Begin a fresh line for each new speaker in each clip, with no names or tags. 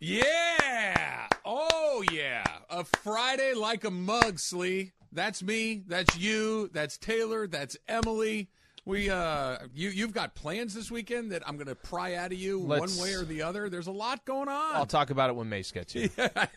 Yeah. Oh, yeah. A Friday like a mug, Slee. That's me. That's you. That's Taylor. That's Emily. We uh you you've got plans this weekend that I'm gonna pry out of you
Let's-
one way or the other. There's a lot going on.
I'll talk about it when Mace gets here.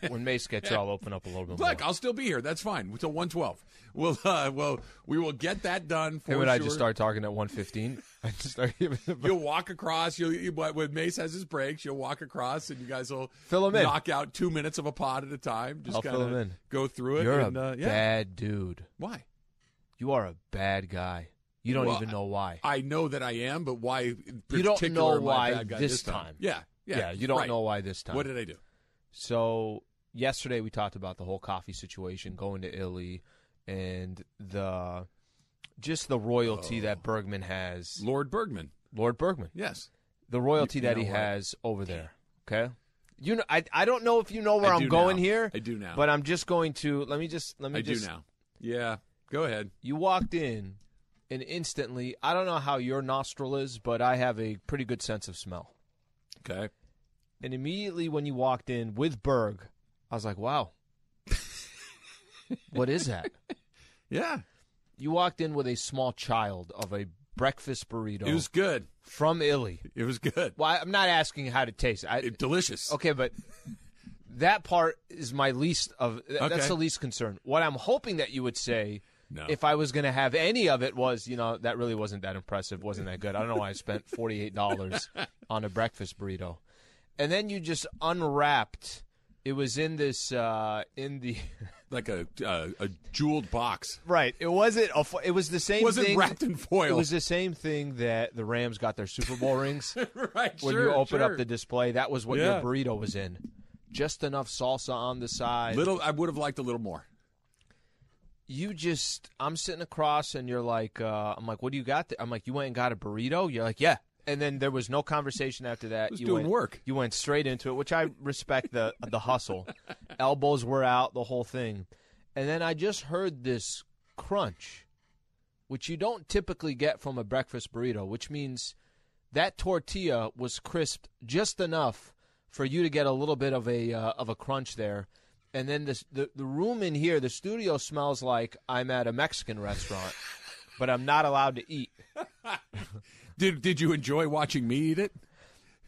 When Mace gets here, I'll open up a little bit
Look,
more.
I'll still be here. That's fine. Until one twelve. We'll uh well we will get that done for
Him and I just
sure.
start talking at 115. I just start giving the
You'll walk across. You'll, you, but when Mace has his breaks, you'll walk across, and you guys will
Fill 'em in.
knock out two minutes of a pod at a time. Just
I'll
kinda
fill 'em in.
Go through it.
You're
and,
a
uh, yeah.
bad dude.
Why?
You are a bad guy. You don't
Well,
even know why.
I know that I am, but why? in
You don't know
particular am I a
why
bad guy
this
this time.
time.
Yeah, yeah.
you don't
right.
know why this time.
What did I do?
So yesterday we talked about the whole coffee situation, going to Italy, and the just the royalty that Bergman has,
Oh. Lord Bergman.
Lord Bergman,
Yes.
the royalty
you
that
know
he
what?
has over there. Okay, you know, I I don't know if you know where
I
I'm
do
going
now.
here.
I do now.
but I'm just going to let me just let me
I
just
do now. Yeah. Go ahead.
you walked in and instantly i don't know how your nostril is but i have a pretty good sense of smell
Okay.
and immediately when you walked in with berg i was like wow what is that
Yeah.
you walked in with a small child of a breakfast burrito
It was good.
from illy
It was good.
well I- i'm not asking how to taste I,
It, delicious.
okay but that part is my least of th-
Okay.
that's the least concern what i'm hoping that you would say
No.
if I was going to have any of it was, you know, that really wasn't that impressive, wasn't that good. I don't know why I spent $48 on a breakfast burrito. And then you just unwrapped it was in this uh in the
like a uh, a jeweled box.
right, it wasn't a, fo- it was the same
Wasn't
thing
wrapped in foil.
It was the same thing that the Rams got their Super Bowl rings.
right.
when
sure,
you open
sure.
up the display, that was what
Yeah.
your burrito was in. Just enough salsa on the side.
little, I would have liked a little more.
you just I'm sitting across and you're like uh, I'm like what do you got there? I'm like you went and got a burrito you're like yeah and then there was no conversation after that
was
you
doing
went,
work.
you went straight into it which I respect the the hustle elbows were out the whole thing and then I just heard this crunch which you don't typically get from a breakfast burrito which means that tortilla was crisped just enough for you to get a little bit of a uh, of a crunch there. And then this, the the room in here, the studio smells like I'm at a Mexican restaurant, but I'm not allowed to eat.
Did Did you enjoy watching me eat it?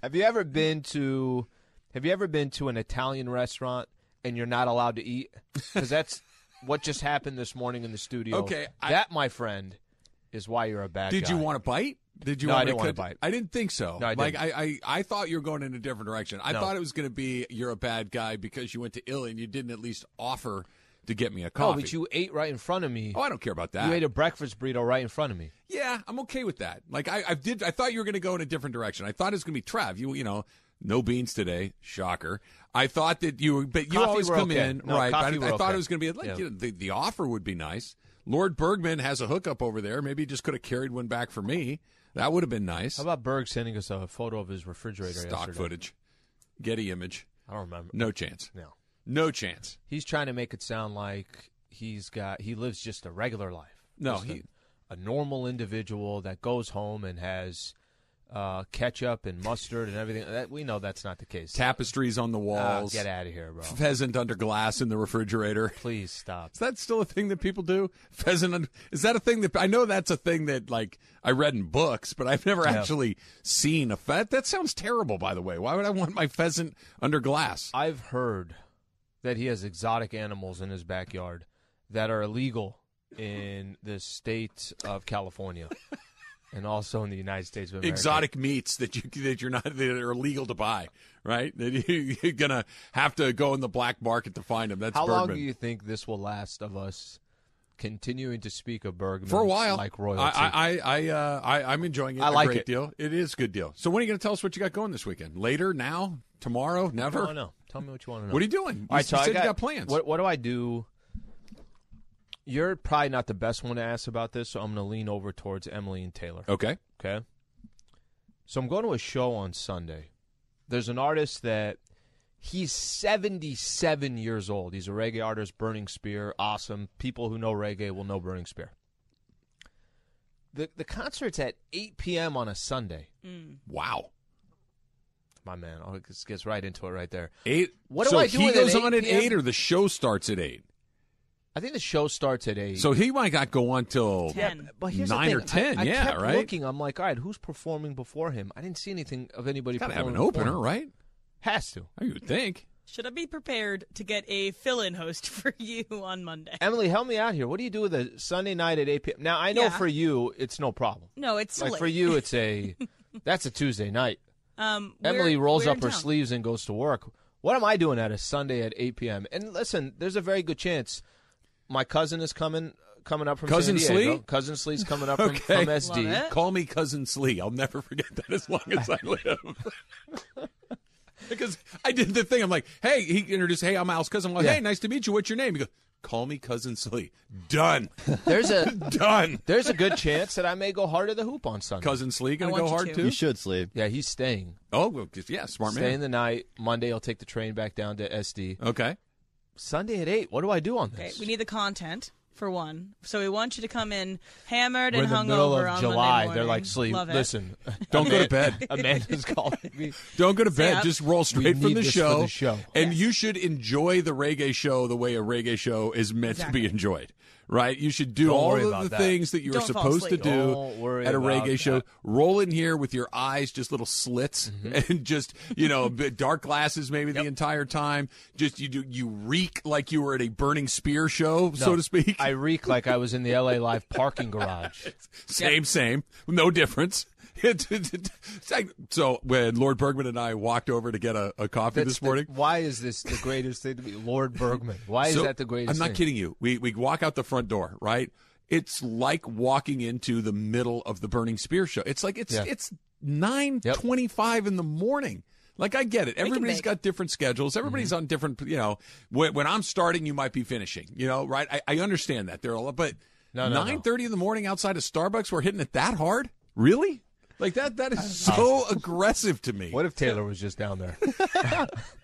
Have you ever been to Have you ever been to an Italian restaurant and you're not allowed to eat? Because that's what just happened this morning in the studio.
Okay, I-
that my friend is why you're a bad.
Did you
guy.
want to bite? Did you
No, I
want
didn't
to
wanna
cut-
bite.
I didn't think so.
No, I
like
didn't.
I, I, I thought you were going in a different direction. I
No.
thought it was going to be you're a bad guy because you went to Illy and you didn't at least offer to get me a
No,
coffee.
Oh, but you ate right in front of me.
oh, I don't care about that.
you ate a breakfast burrito right in front of me.
yeah, I'm okay with that. Like I, I did. I thought you were going to go in a different direction. I thought it was going to be Trav. You you know. No beans today, shocker. I thought that you, were, but you
Coffee
always
we're
come
okay.
in,
No,
right? But I,
coffee
I
we're
thought
okay.
it was going to be like
Yeah.
you know, the, the offer would be nice. Lord Bergman has a hookup over there. Maybe he just could have carried one back for me. That would have been nice.
How about Berg sending us a photo of his refrigerator
stock
yesterday?
footage, Getty image.
I don't remember.
No chance.
No.
No chance.
He's trying to make it sound like he's got he lives just a regular life.
No,
Just a-
he-
a, normal individual that goes home and has uh, ketchup and mustard and everything. That we know that's not the case.
Tapestries on the
Ah,
walls.
get out of here, bro.
Pheasant under glass in the refrigerator.
Please stop.
Is that still a thing that people do? Pheasant under, is that a thing that I know that's a thing that like I read in books, but I've never
Yeah.
actually seen a pheasant. That sounds terrible, by the way. Why would I want my pheasant under glass?
I've heard that he has exotic animals in his backyard that are illegal in the state of California and also in the United States of America.
Exotic meats that you that you're not that are illegal to buy, right? That you, you're gonna have to go in the black market to find them. That's
How long
Bergman.
do you think this will last of us continuing to speak of Bergman
for a while.
like royalty.
I, I, I, uh, I I'm enjoying it.
I
a
like
great
it.
Deal. It is a good deal. So when are you going to tell us what you got going this weekend? Later? Now? Tomorrow? Never?
don't know. Tell me what you want to know.
What are you doing?
All
you
right, so I
said you got plans.
What, what do I do? You're probably not the best one to ask about this, so I'm going to lean over towards Emily and Taylor.
Okay.
Okay. So I'm going to a show on Sunday. There's an artist that he's 77 years old. He's a reggae artist, Burning Spear. Awesome. People who know reggae will know Burning Spear. The the concert's at 8 p.m. on a Sunday.
Wow.
My man, oh, it just gets right into it right there.
Eight.
What do
so
I do
He
with
goes
an
on
8
at
p.m.?
eight, or the show starts at eight.
I think the show starts at 8.
So he might not go on till
Yeah.
but here's the
nine or
thing. I-
10,
I
yeah,
kept
right?
Looking, I'm like, all right, who's performing before him? I didn't see anything of anybody.
gotta have
performing
an
before
opener,
him.
right?
Has to.
You would think.
Should I be prepared to get a fill-in host for you on Monday?
Emily, help me out here. What do you do with a Sunday night at 8 p.m.? Now, I know
Yeah.
for you, it's no problem.
No, it's
Like
late.
for you, it's a that's a Tuesday night.
Um,
Emily
we're-
rolls
we're
up
in
her
town.
sleeves and goes to work. What am I doing at a Sunday at 8 p.m.? And listen, there's a very good chance my cousin is coming coming up from
Cousin
San Diego.
Slee?
Cousin Slee's coming up from,
Okay.
from
Love
SD.
it.
Call me cousin Slee. I'll never forget that as long as I live. because I did the thing. I'm like, hey, he introduced, hey, I'm Al's cousin. I'm like,
Yeah.
hey, nice to meet you. What's your name? He goes, call me cousin Slee. Done,
There's a
done.
there's a good chance that I may go hard to the hoop on Sunday.
Cousin Slee gonna
I
go
want you
hard
to.
too.
You should sleep.
Yeah, he's staying.
Oh, well, just- yeah, smart
Staying
man.
the night. Monday, I'll take the train back down to SD.
okay.
Sunday at 8. What do I do on this?
Okay, we need the content for one. So we want you to come in hammered
We're
and
in the
hungover
middle of
on
July.
Monday
They're like,
morning.
sleep.
Love it.
Listen,
Don't go to
Amanda-
bed.
Amanda's calling me.
Don't go to bed.
yeah.
Just roll straight from
need
the
this for
show.
the show.
And you should enjoy the reggae show the way a reggae show is meant to be enjoyed. Right? You should do
Don't
all
worry
of
about
the
that.
things that you are
Don't fall
supposed to
asleep.
do
Don't worry
at a
about
reggae show.
that.
Roll in here with your eyes just little slits
Mm-hmm.
and just, you know, a bit dark glasses maybe the entire time. Just you do you reek like you were at a burning spear show, so
No,
to speak.
I reek like I was in the LA Live parking garage.
Same, same. No difference. It's like- so when Lord Bergman and I walked over to get a, a coffee
That's
this morning,
the- why is this the greatest thing to be? Lord Bergman. Why
so-
is that the greatest?
I'm not
thing?
kidding you. We we walk out the front door, right? It's like walking into the middle of the Burning Spear show. It's like it's
Yeah.
it's nine
Yep.
twenty-five in the morning. Like I get it. Everybody's
make-
got different schedules.
Mm-hmm.
Everybody's on different. You know, when, when I'm starting, you might be finishing. You know, right? I, I understand that. There, are a lot- but
No, no, no.
nine thirty in the morning outside of Starbucks, we're hitting it that hard. Really? Like that? That is so aggressive to me.
What if Taylor was just down there?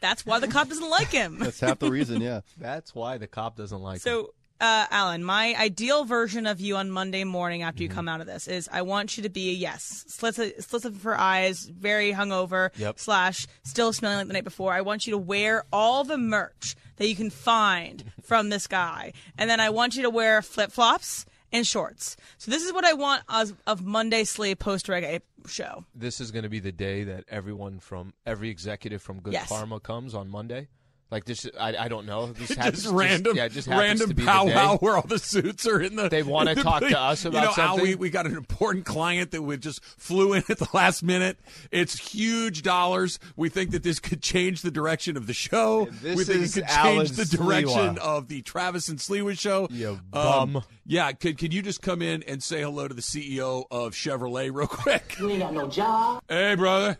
That's why the cop doesn't like him.
That's half the reason, yeah.
That's why the cop doesn't like him.
So, uh, Alan, my ideal version of you on Monday morning after you come out of this is I want you to be a yes, slits slits of her eyes, very hungover,
Yep.
slash still smelling like the night before. I want you to wear all the merch that you can find from this guy, and then I want you to wear flip flops and shorts. So this is what I want of, of Monday Slay post reggae show.
This is going to be the day that everyone from every executive from Good
Yes.
Karma comes on Monday. Like this, I, I don't know. This happens,
just random,
yeah, it just happens
random
to be the
powwow
day.
where all the suits are in the.
They wanna
in the
talk to
thing.
us
you know,
about
Al, we,
something?
we got an important client that we just flew in at the last minute. It's huge dollars. We think that this could change the direction of the show.
This
we think
is
it could
Alan
change the direction
Sliwa.
of the Travis and Sliwa show.
You
Um,
bum.
yeah, could, could you just come in and say hello to the CEO of Chevrolet real quick?
You ain't got no job.
Hey, brother.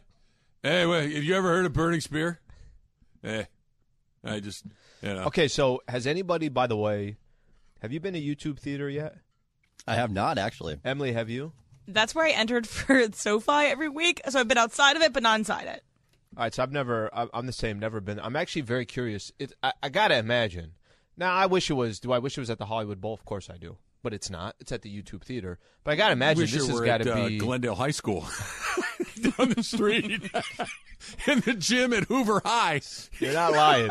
Hey, wait, have you ever heard of Burning Spear? Hey, I just, you
Oh.
know.
Okay, so has anybody, by the way, have you been to YouTube Theater yet?
I have not actually.
Emily, have you?
That's where I entered for SoFi every week, so I've been outside of it but not inside it.
All right, so I've never, I- I'm the same, never been. I'm actually very curious. It, I, I gotta imagine. Now, I wish it was. Do I wish it was at the Hollywood Bowl? Of course I do, but it's not. It's at the YouTube Theater. But I gotta imagine
wish
this
it
has
were
got
at,
to
uh,
be.
Glendale High School down the street in the gym at Hoover High.
You're not lying.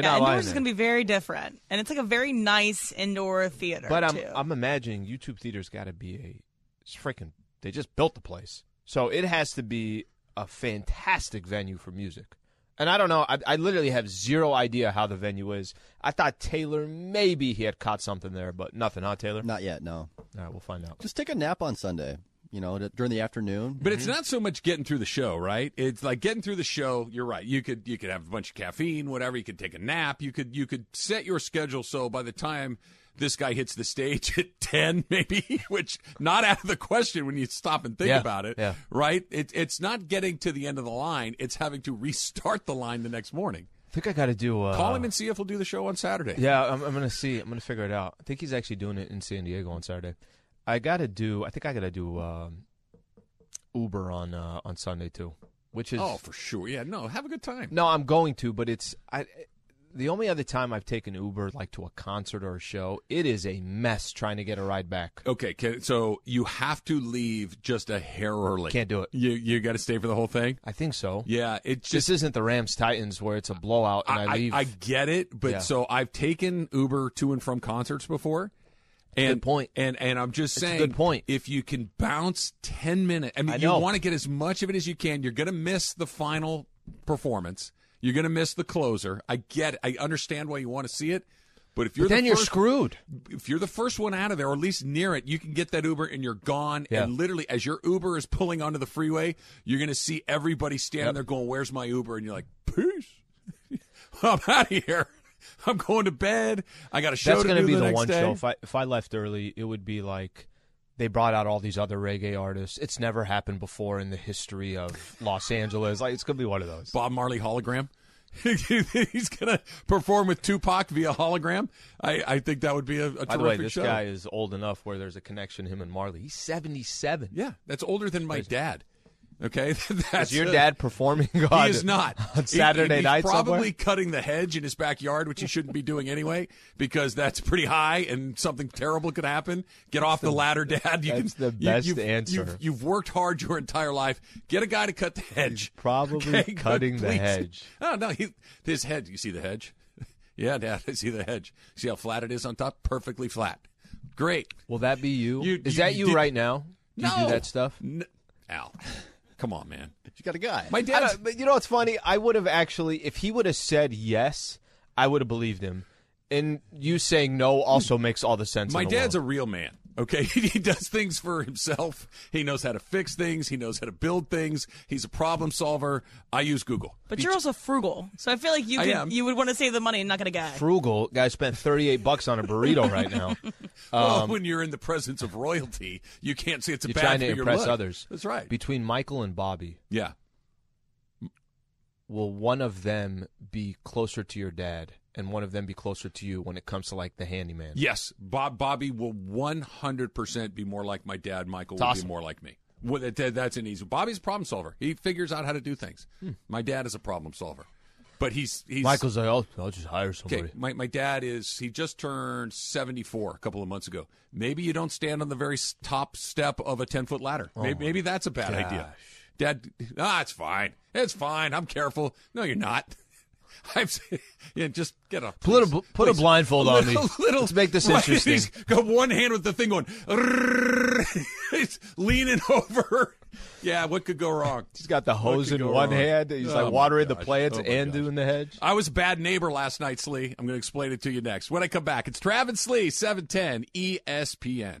Yeah,
not lying.
indoors is going to be very different, and it's like a very nice indoor theater.
but um, I'm,
too.
I'm imagining YouTube Theater's got to be a. It's freaking. They just built the place, so it has to be a fantastic venue for music. And I don't know. I, I literally have zero idea how the venue is. I thought Taylor maybe he had caught something there, but nothing, huh, Taylor?
Not yet, no.
All right, we'll find out.
Just take a nap on Sunday. you know, d- during the afternoon.
But it's
Mm-hmm.
not so much getting through the show, right? It's like getting through the show. You're right. You could you could have a bunch of caffeine, whatever. You could take a nap. You could you could set your schedule so by the time this guy hits the stage at ten, maybe, which not out of the question when you stop and think
Yeah,
about it,
yeah.
right? It, it's not getting to the end of the line. It's having to restart the line the next morning.
I think I got to do. Uh,
Call him and see if he'll do the show on Saturday.
Yeah, I'm, I'm gonna see. I'm gonna figure it out. I think he's actually doing it in San Diego on Saturday. I gotta do. I think I gotta do um, Uber on uh, on Sunday too, which is
Oh, for sure. Yeah. No, have a good time.
no. I'm going to, but it's I. The only other time I've taken Uber like to a concert or a show, it is a mess trying to get a ride back.
Okay, can, so you have to leave just a hair early.
Can't do it.
You you got to stay for the whole thing.
I think so.
Yeah, it just
This isn't the Rams Titans where it's a blowout and I, leave.
I get it, but
Yeah.
so I've taken Uber to and from concerts before. And,
Good point.
And and I'm just
It's a
saying,
good point.
If you can bounce ten minutes, I mean,
I
you
know.
want to get as much of it as you can. You're going to miss the final performance. You're going to miss the closer. I get. It. I understand why you want to see it, but if you're
but then
the
you're
first,
screwed.
if you're the first one out of there, or at least near it, you can get that Uber and you're gone.
Yeah.
And literally, as your Uber is pulling onto the freeway, you're going to see everybody standing there going, Where's my Uber? And you're like, Peace. I'm out of here. I'm going to bed. I got a show
That's
to
gonna
do
be
the,
the,
next
one
day.
show. If I if I left early, it would be like they brought out all these other reggae artists. It's never happened before in the history of Los Angeles. Like it's gonna be one of those.
Bob Marley hologram. He's going to perform with Tupac via hologram. I, I think that would be a, a
By the
terrific
way, this
show.
guy is old enough where there's a connection. Him and Marley. He's 77.
yeah, that's older than my dad. Okay, that's
Is your
a-
dad performing on?
He is not
on
He-
Saturday
he's
night
Probably
somewhere?
cutting the hedge in his backyard, which he shouldn't be doing anyway, because that's pretty high and something terrible could happen. Get off the, ladder, Dad. You
that's the
you-
best
you've-
answer.
You've, you've worked hard your entire life. Get a guy to cut the hedge.
probably
Okay, good,
cutting the
please.
hedge.
Oh no, he, his head. You see the hedge? Yeah, Dad. I see the hedge. See how flat it is on top? Perfectly flat. Great.
Will that be you?
You-
is
you
that you
did-
right now? Do you
No.
do that stuff?
N- Al, come on, man.
You got a guy.
My
I
dad's
don't- but you know what's funny? I would have actually, if he would have said yes, I would have believed him. And you saying no also makes all the sense.
My
in the
dad's
world.
a real man. Okay, he does things for himself. He knows how to fix things. He knows how to build things. He's a problem solver. I use Google.
But you're also frugal, so I feel like you
I
could,
am.
you would want to save the money and not get a guy.
frugal guy. Spent thirty-eight bucks on a burrito right now.
well, Oh, when you're in the presence of royalty, you can't say it's a
Um, You're
bad
trying to
thing or
impress
look.
others.
That's right.
Between Michael and Bobby,
yeah.
will one of them be closer to your dad, and one of them be closer to you when it comes to like the handyman?
Yes, Bob Bobby will 100% be more like my dad. Michael will
Awesome.
be more like me. Well, that- that- that's an easy. Bobby's a problem solver. He figures out how to do things.
Hmm.
My dad is a problem solver, but he's he's
Michael's like, oh, I'll just hire somebody.
Okay, my, my dad is, he just turned 74 a couple of months ago. Maybe you don't stand on the very s- top step of a 10 foot ladder.
Oh
maybe, maybe that's a bad idea. Dad, ah, it's fine. It's fine. I'm careful. No, you're not. I've seen- yeah, just get up.
Put a
please.
bl- put a
Please.
blindfold on me.
Little- Little,
Let's make this
Right,
interesting.
He's got one hand with the thing going. he's leaning over. Yeah, what could go wrong?
He's got the hose
could
in
go
one
wrong?
hand. He's
Oh, my
like watering the
gosh.
plants
Oh, my
and
gosh.
doing the hedge.
I was a bad neighbor last night, Slee. I'm going to explain it to you next. When I come back, it's Travis Slee, E 710 ESPN.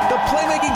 The playmaking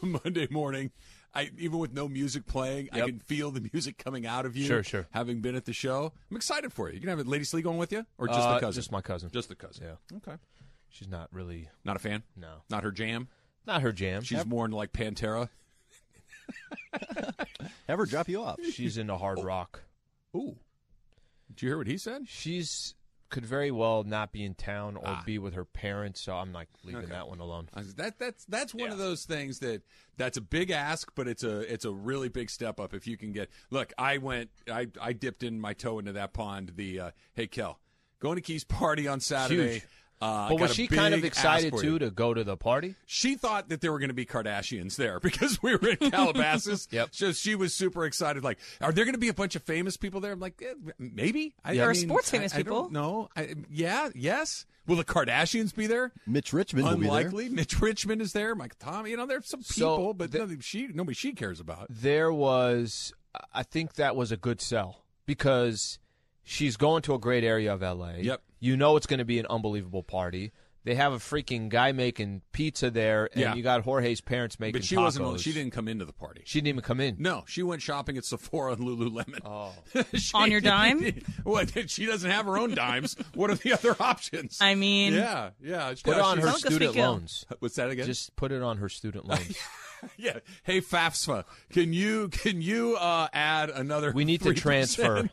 Monday morning. I even with no music playing, I
Yep.
can feel the music coming out of you.
Sure, sure.
Having been at the show, I'm excited for you. You gonna have Lady Slee going with you, or just
Uh,
the cousin?
Just my cousin.
Just the cousin.
Yeah.
Okay.
She's not really
Not a fan.
No.
Not her jam.
not her jam.
She's more into like Pantera.
Ever drop you off?
she's into hard
Oh.
rock.
Ooh. Did you hear what he said?
She's could very well not be in town or
Ah.
be with her parents, so I'm like leaving
Okay.
that one alone.
I was- That that's that's one of
Yeah.
those things that that's a big ask, but it's a it's a really big step up if you can get. Look, I went, I I dipped in my toe into that pond. The uh, hey, Kel, going to Key's party on Saturday.
Huge.
Uh,
but
got
was
a
she kind of
big ask
excited
for you.
too to go to the party?
She thought that there were going to be Kardashians there because we were in Calabasas.
Yep.
So she was super excited. Like, are there going to be a bunch of famous people there? I'm like, eh, maybe. I,
Yeah.
I
Or
mean,
sports
I-
famous
I
people.
don't know. I, yeah. Yes. Will the Kardashians be there?
Mitch Richmond will be there.
Unlikely. Mitch Richmond is there. Mike Tom. You know, there's some
So,
people, but
the-
nothing she nobody she cares about.
There was, I think that was a good sell because she's going to a great area of LA.
Yep.
You know it's going to be an unbelievable party. They have a freaking guy making pizza there, and
Yeah.
you got Jorge's parents making.
But she
tacos.
wasn't. She didn't come into the party.
She didn't even come in.
No, she went shopping at Sephora and Lululemon. Oh,
On your dime?
what? She doesn't have her own dimes. What are the other options?
I mean,
yeah, yeah.
Put
Yeah,
on her
Sounds like a
student
freak out.
loans.
What's that again?
Just put it on her student loans.
yeah. Hey, FAFSA, can you can you uh, add another?
we need to
3%?
transfer.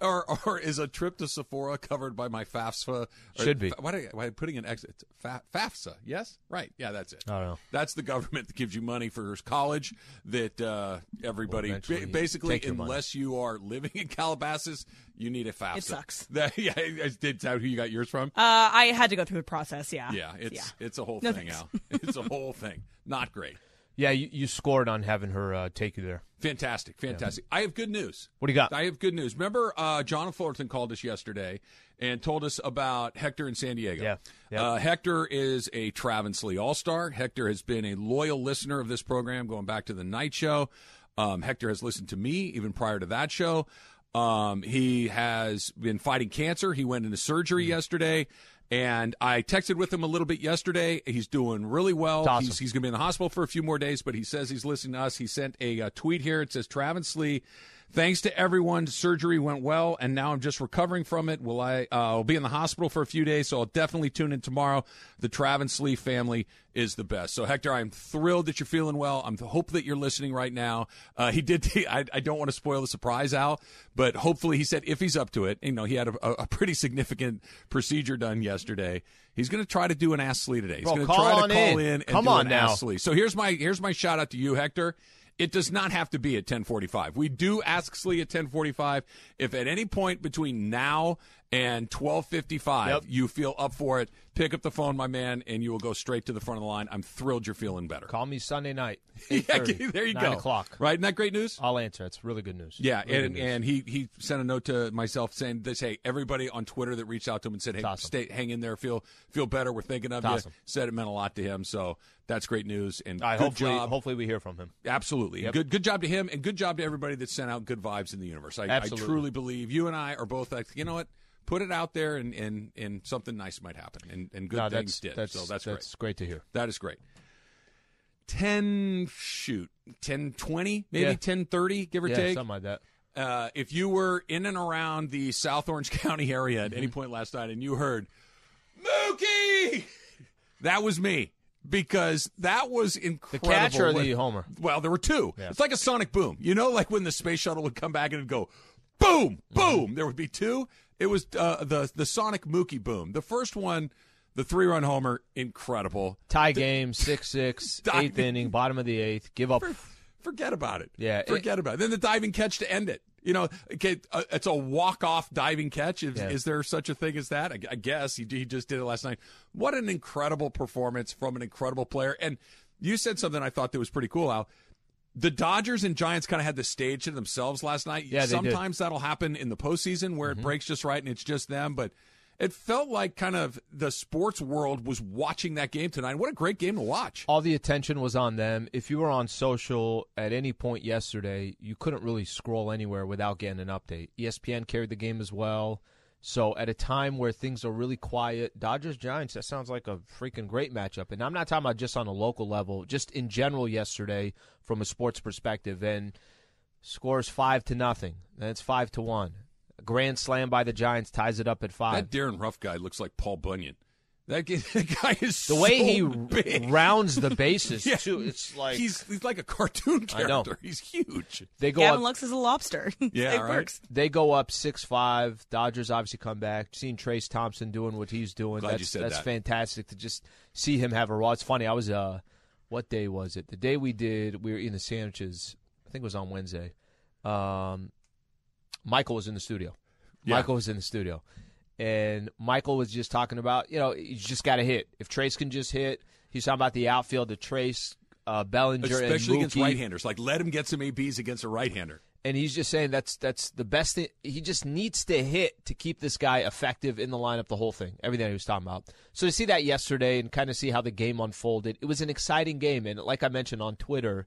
Or or is a trip to Sephora covered by my FAFSA? Or-
Should be.
Why, do I- why am I putting an exit? Fa- FAFSA. Yes. Right. Yeah. That's it.
I don't know.
That's the government that gives you money for college. That uh, everybody
Will eventually
ba- basically,
take your money.
unless you are living in Calabasas, you need a FAFSA.
sucks.
That, yeah. Is is that who you got yours from?
Uh, I had to go through the process. Yeah.
yeah. It's it's a whole
No,
thing,
thanks.
Al. It's a whole thing. Not great.
yeah, you, you scored on having her uh, take you there.
Fantastic, fantastic. I have good news.
What do you got?
I have good news. Remember, uh, John Fullerton called us yesterday and told us about Hector in San Diego.
Yeah, yeah.
Uh, Hector is a Travis Lee All Star. Hector has been a loyal listener of this program going back to the night show. Um, Hector has listened to me even prior to that show. Um, he has been fighting cancer. He went into surgery
Mm-hmm.
yesterday. And I texted with him a little bit yesterday. He's doing really well.
It's awesome.
He's, he's going to be in the hospital for a few more days, but he says he's listening to us. He sent a, uh tweet here. It says, Travis Lee, thanks to everyone, surgery went well, and now I'm just recovering from it. Will I? Uh, I'll be in the hospital for a few days, so I'll definitely tune in tomorrow. The Travis Lee family is the best. So Hector, I'm thrilled that you're feeling well. I'm hope that you're listening right now. Uh, he did. I, I don't want to spoil the surprise, Al, but hopefully he said if he's up to it. You know, he had a, a- a pretty significant procedure done yesterday. He's going to try to do an ass Lee today. He's
Bro,
going to
call
try to
on
call in,
in.
and
Come
do
on
an
now.
ass Lee. So here's my here's my shout out to you, Hector. It does not have to be at 10:45. We do ask Slee at 10:45 if at any point between now and 12:55
Yep.
you feel up for it. Pick up the phone, my man, and you will go straight to the front of the line. I'm thrilled you're feeling better.
Call me Sunday night.
Yeah,
8:30,
there you
9
go.
o'clock.
Right? Isn't that great news?
I'll answer. It's really good news.
Yeah,
Really
and
good news.
and he he sent a note to myself saying this. Hey, everybody on Twitter that reached out to him and said, "Hey,
awesome.
stay, hang in there, feel feel better. We're thinking of
It's
you."
awesome.
Said it meant a lot to him, so that's great news. And
I
good
hopefully
job.
hopefully we hear from him.
Absolutely.
Yep.
Good good job to him and good job to everybody that sent out good vibes in the universe. I, I
Absolutely.
truly believe you and I are both like, you know what? Put it out there and and, and something nice might happen. And and good
no,
things
that's
did.
that's
so that's,
that's great. to hear.
great. That is great. Ten shoot. Ten twenty, maybe
Yeah.
ten thirty, give or
yeah,
take.
something like that.
Uh, if you were in and around the South Orange County area at
Mm-hmm.
any point last night and you heard Mookie That was me. Because that was
The
incredible.
catch or
What-
the homer?
well, there were two.
Yeah.
It's like a sonic boom. You know, like when the space shuttle would come back and it'd go boom,
Mm-hmm.
boom. There would be two. It was uh, the the sonic Mookie boom. The first one, the three run homer, incredible.
Tie game, six six,
Diving.
eighth inning, bottom of the eighth. Give up.
Forget about it.
Yeah, it-
forget about it. Then the diving catch to end it. You know, okay, uh, it's a walk off diving catch. Is,
Yeah.
is there such a thing as that? I, I guess he, he just did it last night. What an incredible performance from an incredible player. And you said something I thought that was pretty cool, Al. The Dodgers and Giants kind of had the stage to themselves last night.
Yeah, they did. Mm-hmm.
Sometimes that'll happen in the postseason where it breaks just right and it's just them. But it felt like kind of the sports world was watching that game tonight. What a great game to watch.
All the attention was on them. If you were on social at any point E yesterday, you couldn't really scroll anywhere without getting an update. ESPN carried the game as well. So at a time where things are really quiet, Dodgers Giants that sounds like a freaking great matchup. And I'm not talking about just on a local level, just in general yesterday from a sports perspective. And scores five to nothing. Then it's five to one. A grand slam by the Giants ties it up at five.
That Darren Ruff guy looks like Paul Bunyan. That guy, that guy is
the way
so
he
big.
rounds the bases
Yeah.
too. It's like
he's he's like a cartoon
I
character.
know.
He's huge.
they go
Gavin
up.
looks is a lobster.
Yeah,
it
right.
works.
They go up six five. Dodgers obviously come back. Seeing Trace Thompson doing what he's doing,
Glad you
that's
said
that's
that.
fantastic to just see him have a raw. It's funny. I was uh, what day was it? The day we did we were eating the sandwiches. I think it was on Wednesday. Um, Michael was in the studio.
Yeah.
Michael was in the studio, and Michael was just talking about you know you just got to hit. If Trace can just hit, he's talking about the outfield. The Trace uh, Bellinger,
Especially
and
against
Mookie
right-handers. Like let him get some ABs against a right-hander.
and he's just saying that's that's the best thing. He just needs to hit to keep this guy effective in the lineup. The whole thing, everything he was talking about. So to see that yesterday and kind of see how the game unfolded, it was an exciting game. And like I mentioned on Twitter,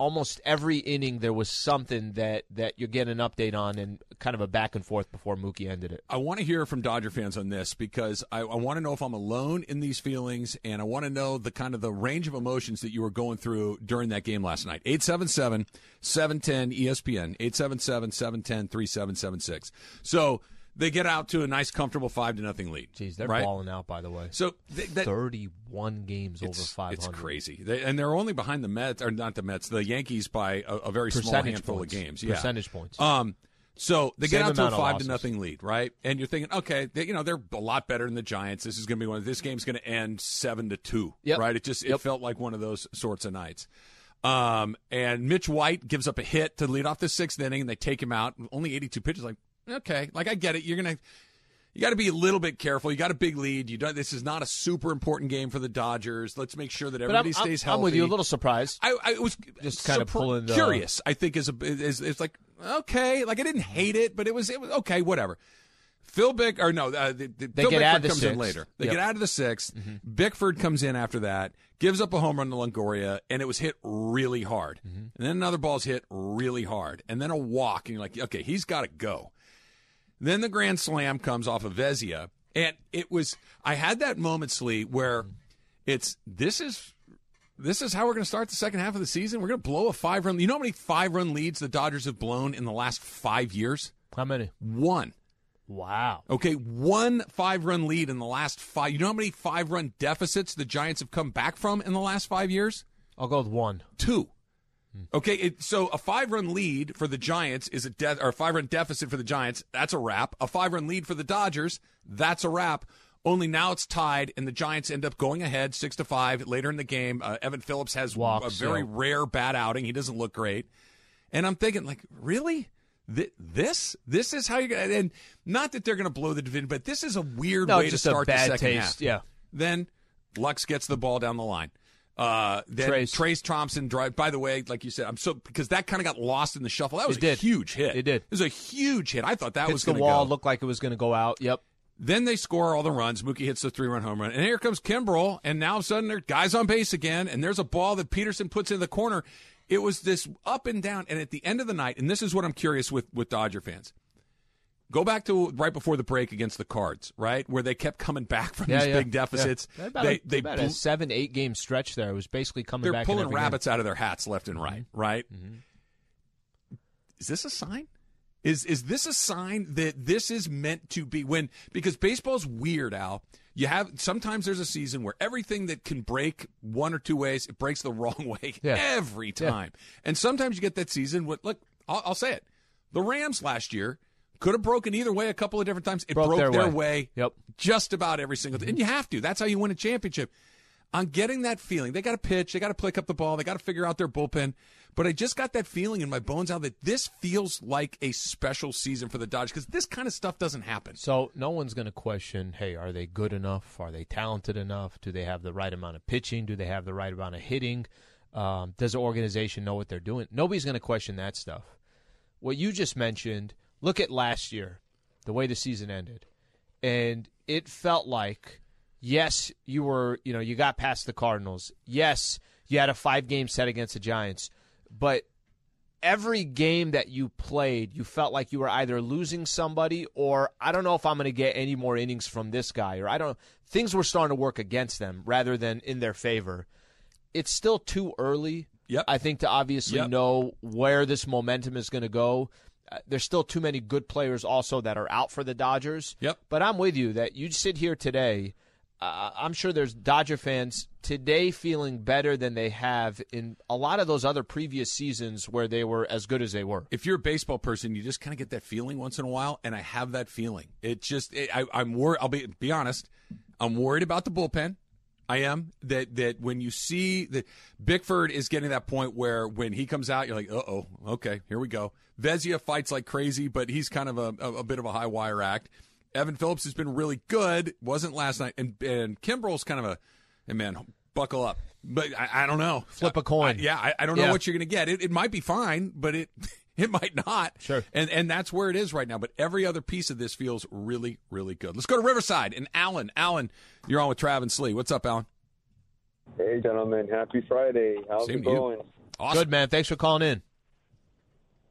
almost every inning there was something that that you're getting an update on and kind of a back and forth before Mookie ended it.
I want to hear from Dodger fans on this because I, I want to know if I'm alone in these feelings, and I want to know the kind of the range of emotions that you were going through during that game last night. 877 710 ESPN, 877 710 3776. So they get out to a nice, comfortable 5 to nothing lead.
Jeez, they're
right?
balling out by the way.
So th- that,
Thirty-one games over
it's-
five hundred.
It's crazy, they, and they're only behind the Mets or not the Mets, the Yankees by a, a very small
Percentage
handful
points.
of games. Yeah.
Percentage points.
Um, so they
Same
get out to a
amount of
five to
losses.
nothing lead, right? And you're thinking, okay, they, you know they're a lot better than the Giants. This is going to be one. This game's going to end seven to two,
Yep.
right? It just it
Yep.
felt like one of those sorts of nights. Um, and Mitch White gives up a hit to lead off the sixth inning, and they take him out. Only 82 pitches. Like, okay, like I get it. You're gonna you got to be a little bit careful. You got a big lead. You don't. This is not a super important game for the Dodgers. Let's make sure that
But I'm,
everybody stays
I'm-
healthy.
I'm with you. A little surprised.
I, I was
Just kind of
surpri-
pulling the-
curious. I think is a is it's like okay. Like I didn't hate it, but it was it was okay. Whatever. Phil Bick or no, uh, the, the, Phil
get
Bickford
out of the
comes in
sixth.
later. They
Yep. Mm-hmm.
get out of the 6th Bickford comes in after that, gives up a home run to Longoria, and it was hit really hard.
Mm-hmm.
And then another ball's hit really hard, and then a walk, and you're like, okay, he's got to go. Then the grand slam comes off of Vezia, and it was I had that moment, Slee,
Mm-hmm.
where it's this is this is how we're going to start the second half of the season. We're going to blow a five run. You know how many five run leads the Dodgers have blown in the last five years?
How many?
One.
Wow.
Okay, one five run lead in the last five. You know how many five run deficits the Giants have come back from in the last five years?
I'll go with one.
Two.
Hmm.
Okay, it, so a five run lead for the Giants is a de- or a five run deficit for the Giants. That's a wrap. A five run lead for the Dodgers. That's a wrap. Only now it's tied, and the Giants end up going ahead six to five later in the game. Uh, Evan Phillips has
Walks,
a very
yeah.
rare bad outing. He doesn't look great, and I'm thinking like, really. Th- this this is how you're gonna and not that they're gonna blow the division, but this is a weird
No,
way
just
to
a
start
bad
the second
taste,
half.
yeah.
Then Lux gets the ball down the line. Uh, then
Trace.
Trace. Thompson drive. By the way, like you said, I'm so because that kind of got lost in the shuffle. That was
It
a
did.
huge hit.
It did.
It was a huge hit. I thought that was
Hits the
gonna
wall.
Go.
Looked like it was going to go out. Yep.
Then they score all the runs. Mookie hits the three run home run. And here comes Kimbrell. And now all of a sudden, there guys on base again. And there's a ball that Peterson puts in the corner. It was this up and down. And at the end of the night, and this is what I'm curious with, with Dodger fans. Go back to right before the break against the Cards, right? Where they kept coming back from these big deficits.
Yeah. About
they
a,
they
about
blew-
a seven, eight game stretch there. It was basically coming
they're
back. in
pulling
every game. Mm-hmm.
rabbits out of their hats left and right, right? Is this a sign? Is is this a sign that this is meant to be when because baseball's weird, Al. You have sometimes there's a season where everything that can break one or two ways, it breaks the wrong way
Yeah.
every time. And sometimes you get that season with look, I'll, I'll say it. The Rams last year could have broken either way a couple of different times. It
Broke
broke,
their
their,
way.
way
Yep.
just about every single thing. And you have to. That's how you win a championship. I'm getting that feeling. They got to pitch. They got to pick up the ball. They got to figure out their bullpen. But I just got that feeling in my bones out that this feels like a special season for the Dodgers because this kind of stuff doesn't happen.
So no one's going to question, hey, are they good enough? Are they talented enough? Do they have the right amount of pitching? Do they have the right amount of hitting? Um, does the organization know what they're doing? Nobody's going to question that stuff. What you just mentioned, look at last year, the way the season ended. And it felt like, yes, you were, you know, you got past the Cardinals. Yes, you had a five game set against the Giants. But every game that you played, you felt like you were either losing somebody or I don't know if I'm going to get any more innings from this guy or I don't things were starting to work against them rather than in their favor. It's still too early.
Yep.
I think to obviously
Yep.
know where this momentum is going to go. Uh, There's still too many good players also that are out for the Dodgers.
Yep.
But I'm with you that you sit here today. Uh, I'm sure there's Dodger fans today feeling better than they have in a lot of those other previous seasons where they were as good as they were.
if you're a baseball person, you just kind of get that feeling once in a while, and I have that feeling. It just, it, I, I'm worried. I'll be be honest. I'm worried about the bullpen. I am that that when you see that Bickford is getting to that point where when he comes out, you're like, uh oh, okay, here we go. Vezia fights like crazy, but he's kind of a, a, a bit of a high wire act. Evan Phillips has been really good. Wasn't last night, and and Kimbrel's kind of a, and man, buckle up. But I, I don't know.
Flip a coin.
Uh, I- yeah, I, I don't know
Yeah.
what you you're going to get. It, it might be fine, but it it might not.
Sure.
And and that's where it is right now. But every other piece of this feels really really good. Let's go to Riverside and Alan. Alan, you're on with Travis Slee. What's up, Alan?
Hey, gentlemen. Happy Friday. How's
Same
it
to you.
going?
Awesome.
Good man, thanks for calling in.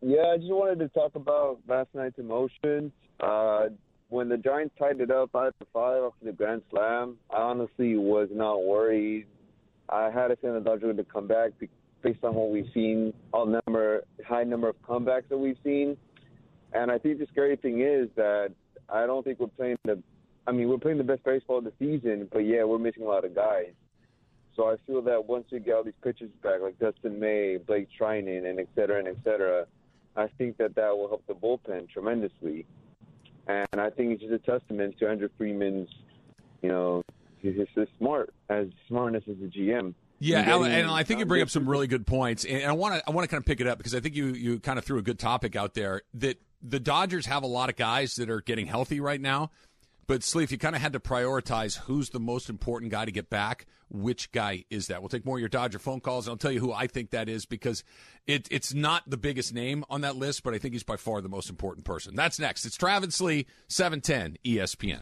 Yeah, I just wanted to talk about last night's emotions. Uh, when the Giants tied it up five to five after the grand slam, I honestly was not worried. I had a feeling the Dodgers were going to come back be- based on what we've seen, all number high number of comebacks that we've seen, and I think the scary thing is that I don't think we're playing the. I mean, we're playing the best baseball of the season, but yeah, we're missing a lot of guys. So I feel that once we get all these pitchers back, like Dustin May, Blake Trinan, and et cetera, and et cetera, I think that that will help the bullpen tremendously. And I think it's just a testament to Andrew Freeman's, you know, he's just as smart as smartness as the GM.
Yeah,
And
Alan,
getting-
and I think you bring up some really good points, and and I want to I want to kind of pick it up because I think you you kind of threw a good topic out there that the Dodgers have a lot of guys that are getting healthy right now, but Sleeve, you kind of had to prioritize who's the most important guy to get back. Which guy is that? We'll take more of your Dodger phone calls, and I'll tell you who I think that is because it it's not the biggest name on that list, but I think he's by far the most important person. That's next. It's Travis Slee, seven ten E ESPN.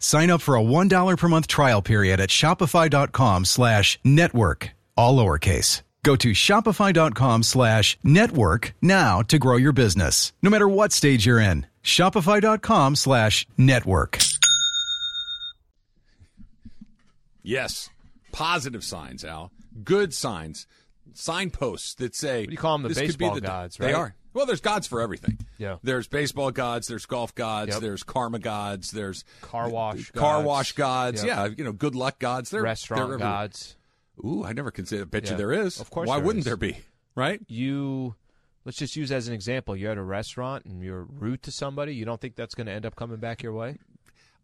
Sign up for a $1 per month trial period at Shopify.com slash network. All lowercase. Go to Shopify.com slash network now to grow your business. No matter what stage you're in. Shopify.com slash network.
Yes. Positive signs, Al. Good signs. Signposts that say.
What do you call 'em, the
"This could be
baseball gods,
They
right?
are. Well, there's gods for everything.
Yeah.
There's baseball gods, there's golf gods,
Yep.
there's karma gods, there's
Car wash
car
gods.
wash gods.
Yep.
Yeah, you know, good luck gods. They're,
Restaurant
they're everywhere.
gods.
Ooh, I never considered. Bet
Yeah.
you there is.
Of course
Why
there
wouldn't
is.
there be? Right?
You let's just use as an example, you're at a restaurant and you're rude to somebody, you don't think that's going to end up coming back your way?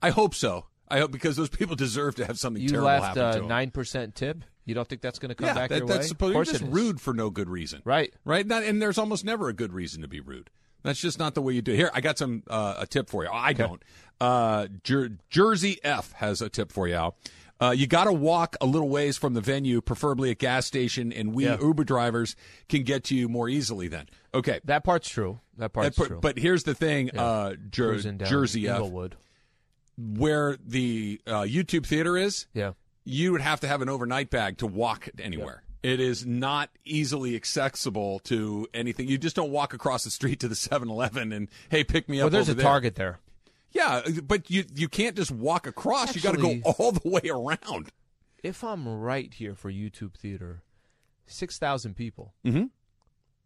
I hope so. I hope because those people deserve to have something
You
terrible
left
happen to
a
them.
9% tip. You don't think that's going to come
yeah,
back
that,
your
that's
way?
supposed
of
you're
course
just
it is.
rude for no good reason.
Right.
right? Not, and there's almost never a good reason to be rude. That's just not the way you do. it. Here, I got some uh, a tip for you. I don't. Uh, Jer- Jersey F has a tip for you. Al. Uh, you got to walk a little ways from the venue, preferably a gas station, and we
Yeah.
Uber drivers can get to you more easily. Then, okay.
That part's true. That part's
but,
true.
but here's the thing,
Yeah.
uh, Jer-
Cruising down
Jersey F,
Inglewood.
where the uh, YouTube theater is,
Yeah.
you would have to have an overnight bag to walk anywhere. It is not easily accessible to anything. You just don't walk across the street to the 7-Eleven and hey, pick me up.
Well, there's
over
a
there.
target there.
Yeah, but you you can't just walk across. you got to
Actually-
go all the way around.
If I'm
Mm-hmm.
right here for YouTube Theater, 6,000 people.
Mhm.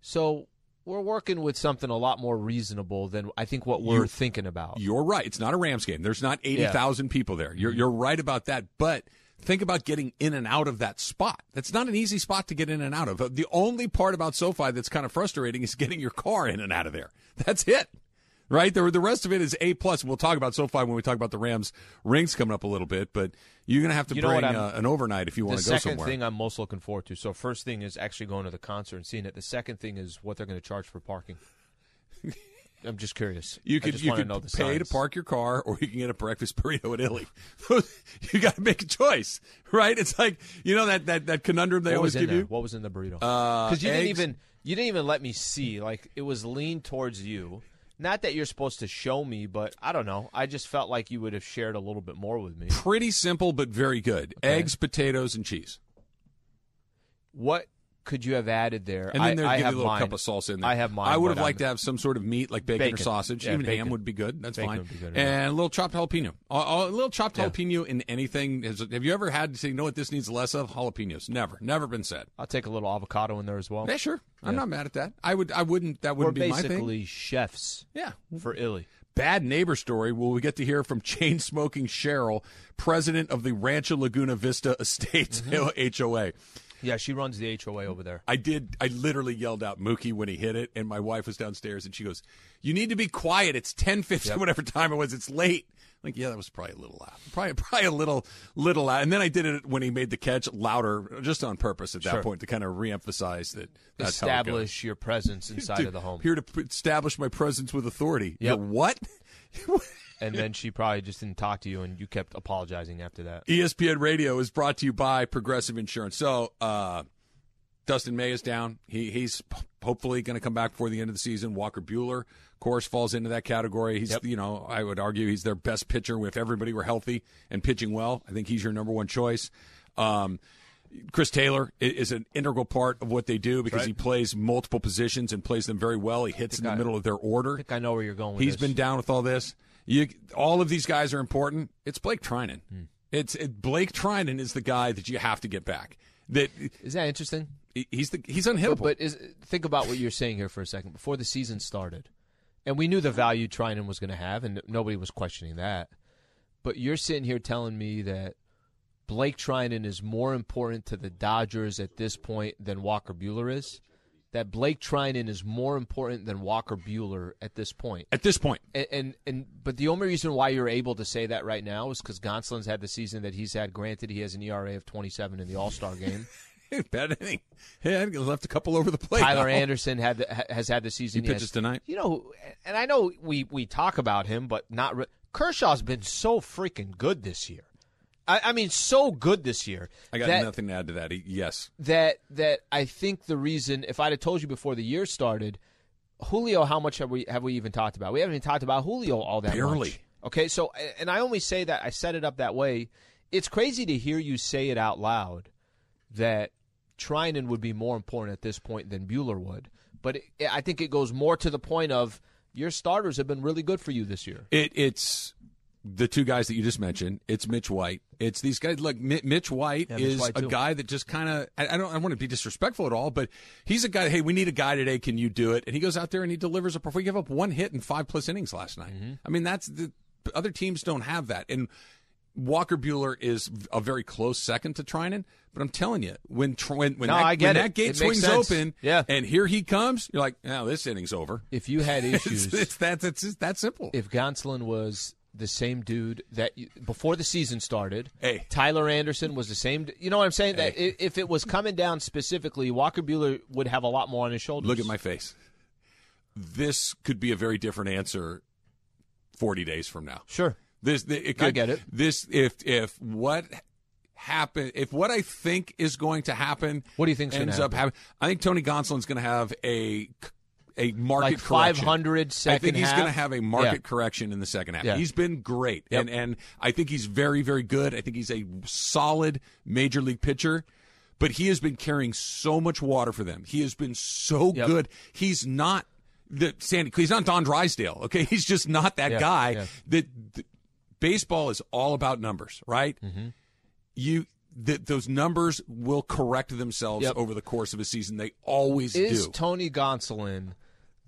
So we're working with something a lot more reasonable than I think what we're
You-
thinking about.
You're right. It's not a Rams game. There's not
Yeah.
80,000 people there. You're, you're right about that. But think about getting in and out of that spot. That's not an easy spot to get in and out of. The only part about SoFi that's kind of frustrating is getting your car in and out of there. That's it. Right? The, the rest of it is A plus. We'll talk about SoFi when we talk about the Rams rings coming up a little bit, but you're going to have to
You know
bring
what I'm-
uh, an overnight if you want
the
to go
second
somewhere.
thing I'm most looking forward to. So first thing is actually going to the concert and seeing it. The second thing is what they're going to charge for parking. I'm just curious.
You
I
could
just
you
wanna
could
know the
pay to
signs.
park your car, or you can get a breakfast burrito at Illy. you got to make a choice, right? It's like you know that that, that conundrum they
What
always
was in
give
there?
you.
What was in the burrito?
Uh,
Because you didn't
eggs.
even you didn't even let me see. Like it was leaned towards you. Not that you're supposed to show me, but I don't know. I just felt like you would have shared a little bit more with me.
Pretty simple, but very good. Eggs, potatoes, and cheese.
What could you have added there?
And then
I,
there'd
I
give you a
have
little
mine.
cup of salsa in there.
I have mine.
I would have
but
liked
I'm-
to have some sort of meat, like bacon, or
Bacon.
sausage.
Yeah,
Even ham
bacon.
would be good. That's
Bacon
fine.
would be good,
and a little chopped jalapeno. A, a little chopped
Yeah.
jalapeno in anything. Has- Have you ever had to say, you know what this needs less of? Jalapenos. Never, never been said.
I'll take a little avocado in there as well.
Yeah, sure. I'm
Yeah.
not mad at that. I would. I wouldn't. That wouldn't
We're
be my thing.
basically chefs.
Yeah.
For Illy.
Bad neighbor story. Will we get to hear from chain smoking Cheryl, president of the Rancho Laguna Vista Estates
Mm-hmm.
HOA?
Yeah, she runs the HOA over there.
I did. I literally yelled out Mookie when he hit it, and my wife was downstairs, and she goes, "You need to be quiet. It's ten fifty,
Yep.
whatever time it was. It's late." I'm like, yeah, that was probably a little loud. Probably, probably a little, little loud. And then I did it when he made the catch louder, just on purpose at that
Sure.
point to kind of reemphasize that. That's how it goes.
Establish your presence inside
Dude,
of the home.
Here to p- establish my presence with authority.
Yep.
Your What?
and then she probably just didn't talk to you, and you kept apologizing after that.
ESPN Radio is brought to you by Progressive Insurance. So, uh, Dustin May is down. He he's hopefully going to come back before the end of the season. Walker Bueller, of course, falls into that category. He's you know I would argue he's their best pitcher if everybody were healthy and pitching well. I think he's your number one choice. Um, Chris Taylor i- is an integral part of what they do because he plays multiple positions and plays them very well. He hits in the
I-
middle of their order.
I think I know where you're going. with
He's
this.
been down with all this. You, all of these guys are important. It's Blake Trinan.
Hmm.
It's it, Blake Trinan is the guy that you have to get back. That
Is that interesting?
he- he's the he's unhittable.
But, but is, think about what you're saying here for a second. Before the season started, and we knew the value Trinan was going to have, and nobody was questioning that. But you're sitting here telling me that Blake Trinan is more important to the Dodgers at this point than Walker Bueller is. That Blake Trinan is more important than Walker Bueller at this point.
At this point,
And, and and but the only reason why you're able to say that right now is because Gonsolin's had the season that he's had. Granted, he has an ERA of 27 in the All Star game.
bad inning. Yeah, he left a couple over the plate.
Tyler
now.
Anderson had the, ha- has had the
He
season.
pitches
has-
tonight.
You know, who- and I know we we talk about him, but not re- Kershaw's been so freaking good this year. I, I mean, so good this year.
I got
that,
nothing to add to that. He, yes,
That that I think the reason, if I'd have told you before the year started, Julio, how much have we have we even talked about? We haven't even talked about Julio all that
Barely.
much. Okay, so and I only say that I set it up that way. It's crazy to hear you say it out loud that Trinan would be more important at this point than Bueller would. But it, I think it goes more to the point of your starters have been really good for you this year.
It, it's the two guys that you just mentioned. It's Mitch White. It's these guys. Look, Mi- Mitch White
Yeah, Mitch
is
White,
a
too.
guy that just kind of. I, I don't. I want to be disrespectful at all, but he's a guy. Hey, we need a guy today. Can you do it? And he goes out there and he delivers a. perf- We gave up one hit in five plus innings last night.
Mm-hmm.
I mean, that's the other teams don't have that. And Walker Bueller is a very close second to Trinan. But I'm telling you, when Tr- when when,
No,
that,
I get
when
it.
that gate
It makes
swings
sense.
open,
Yeah.
and here he comes, you're like, now this inning's over.
If you had
It's-
issues,
it's that it's just that simple.
if Gonsolin was the same dude that you, before the season started,
Hey.
Tyler Anderson was the same. d- You know what I'm saying? That i- if it was coming down specifically, Walker Bueller would have a lot more on his shoulders.
Look at my face. This could be a very different answer 40 days from now.
sure.
This th- it
I
could,
get it.
This if if what happen if what I think is going to happen
What do you think's gonna
ends up happening? I think Tony Gonsolin's going to have a a market
Like
correction.
500
I think
second
he's going to
half?
have a market
Yeah.
correction in the second half.
Yeah.
He's been great,
Yep.
and and I think he's very very good. I think he's a solid major league pitcher. But he has been carrying so much water for them. He has been so
Yep.
good. He's not the Sandy. He's not Don Drysdale. Okay, he's just not that
Yeah,
guy.
yeah.
That, that baseball is all about numbers, right?
Mm-hmm.
You that those numbers will correct themselves
Yep.
over the course of a season. They always
Is
do.
Tony Gonsolin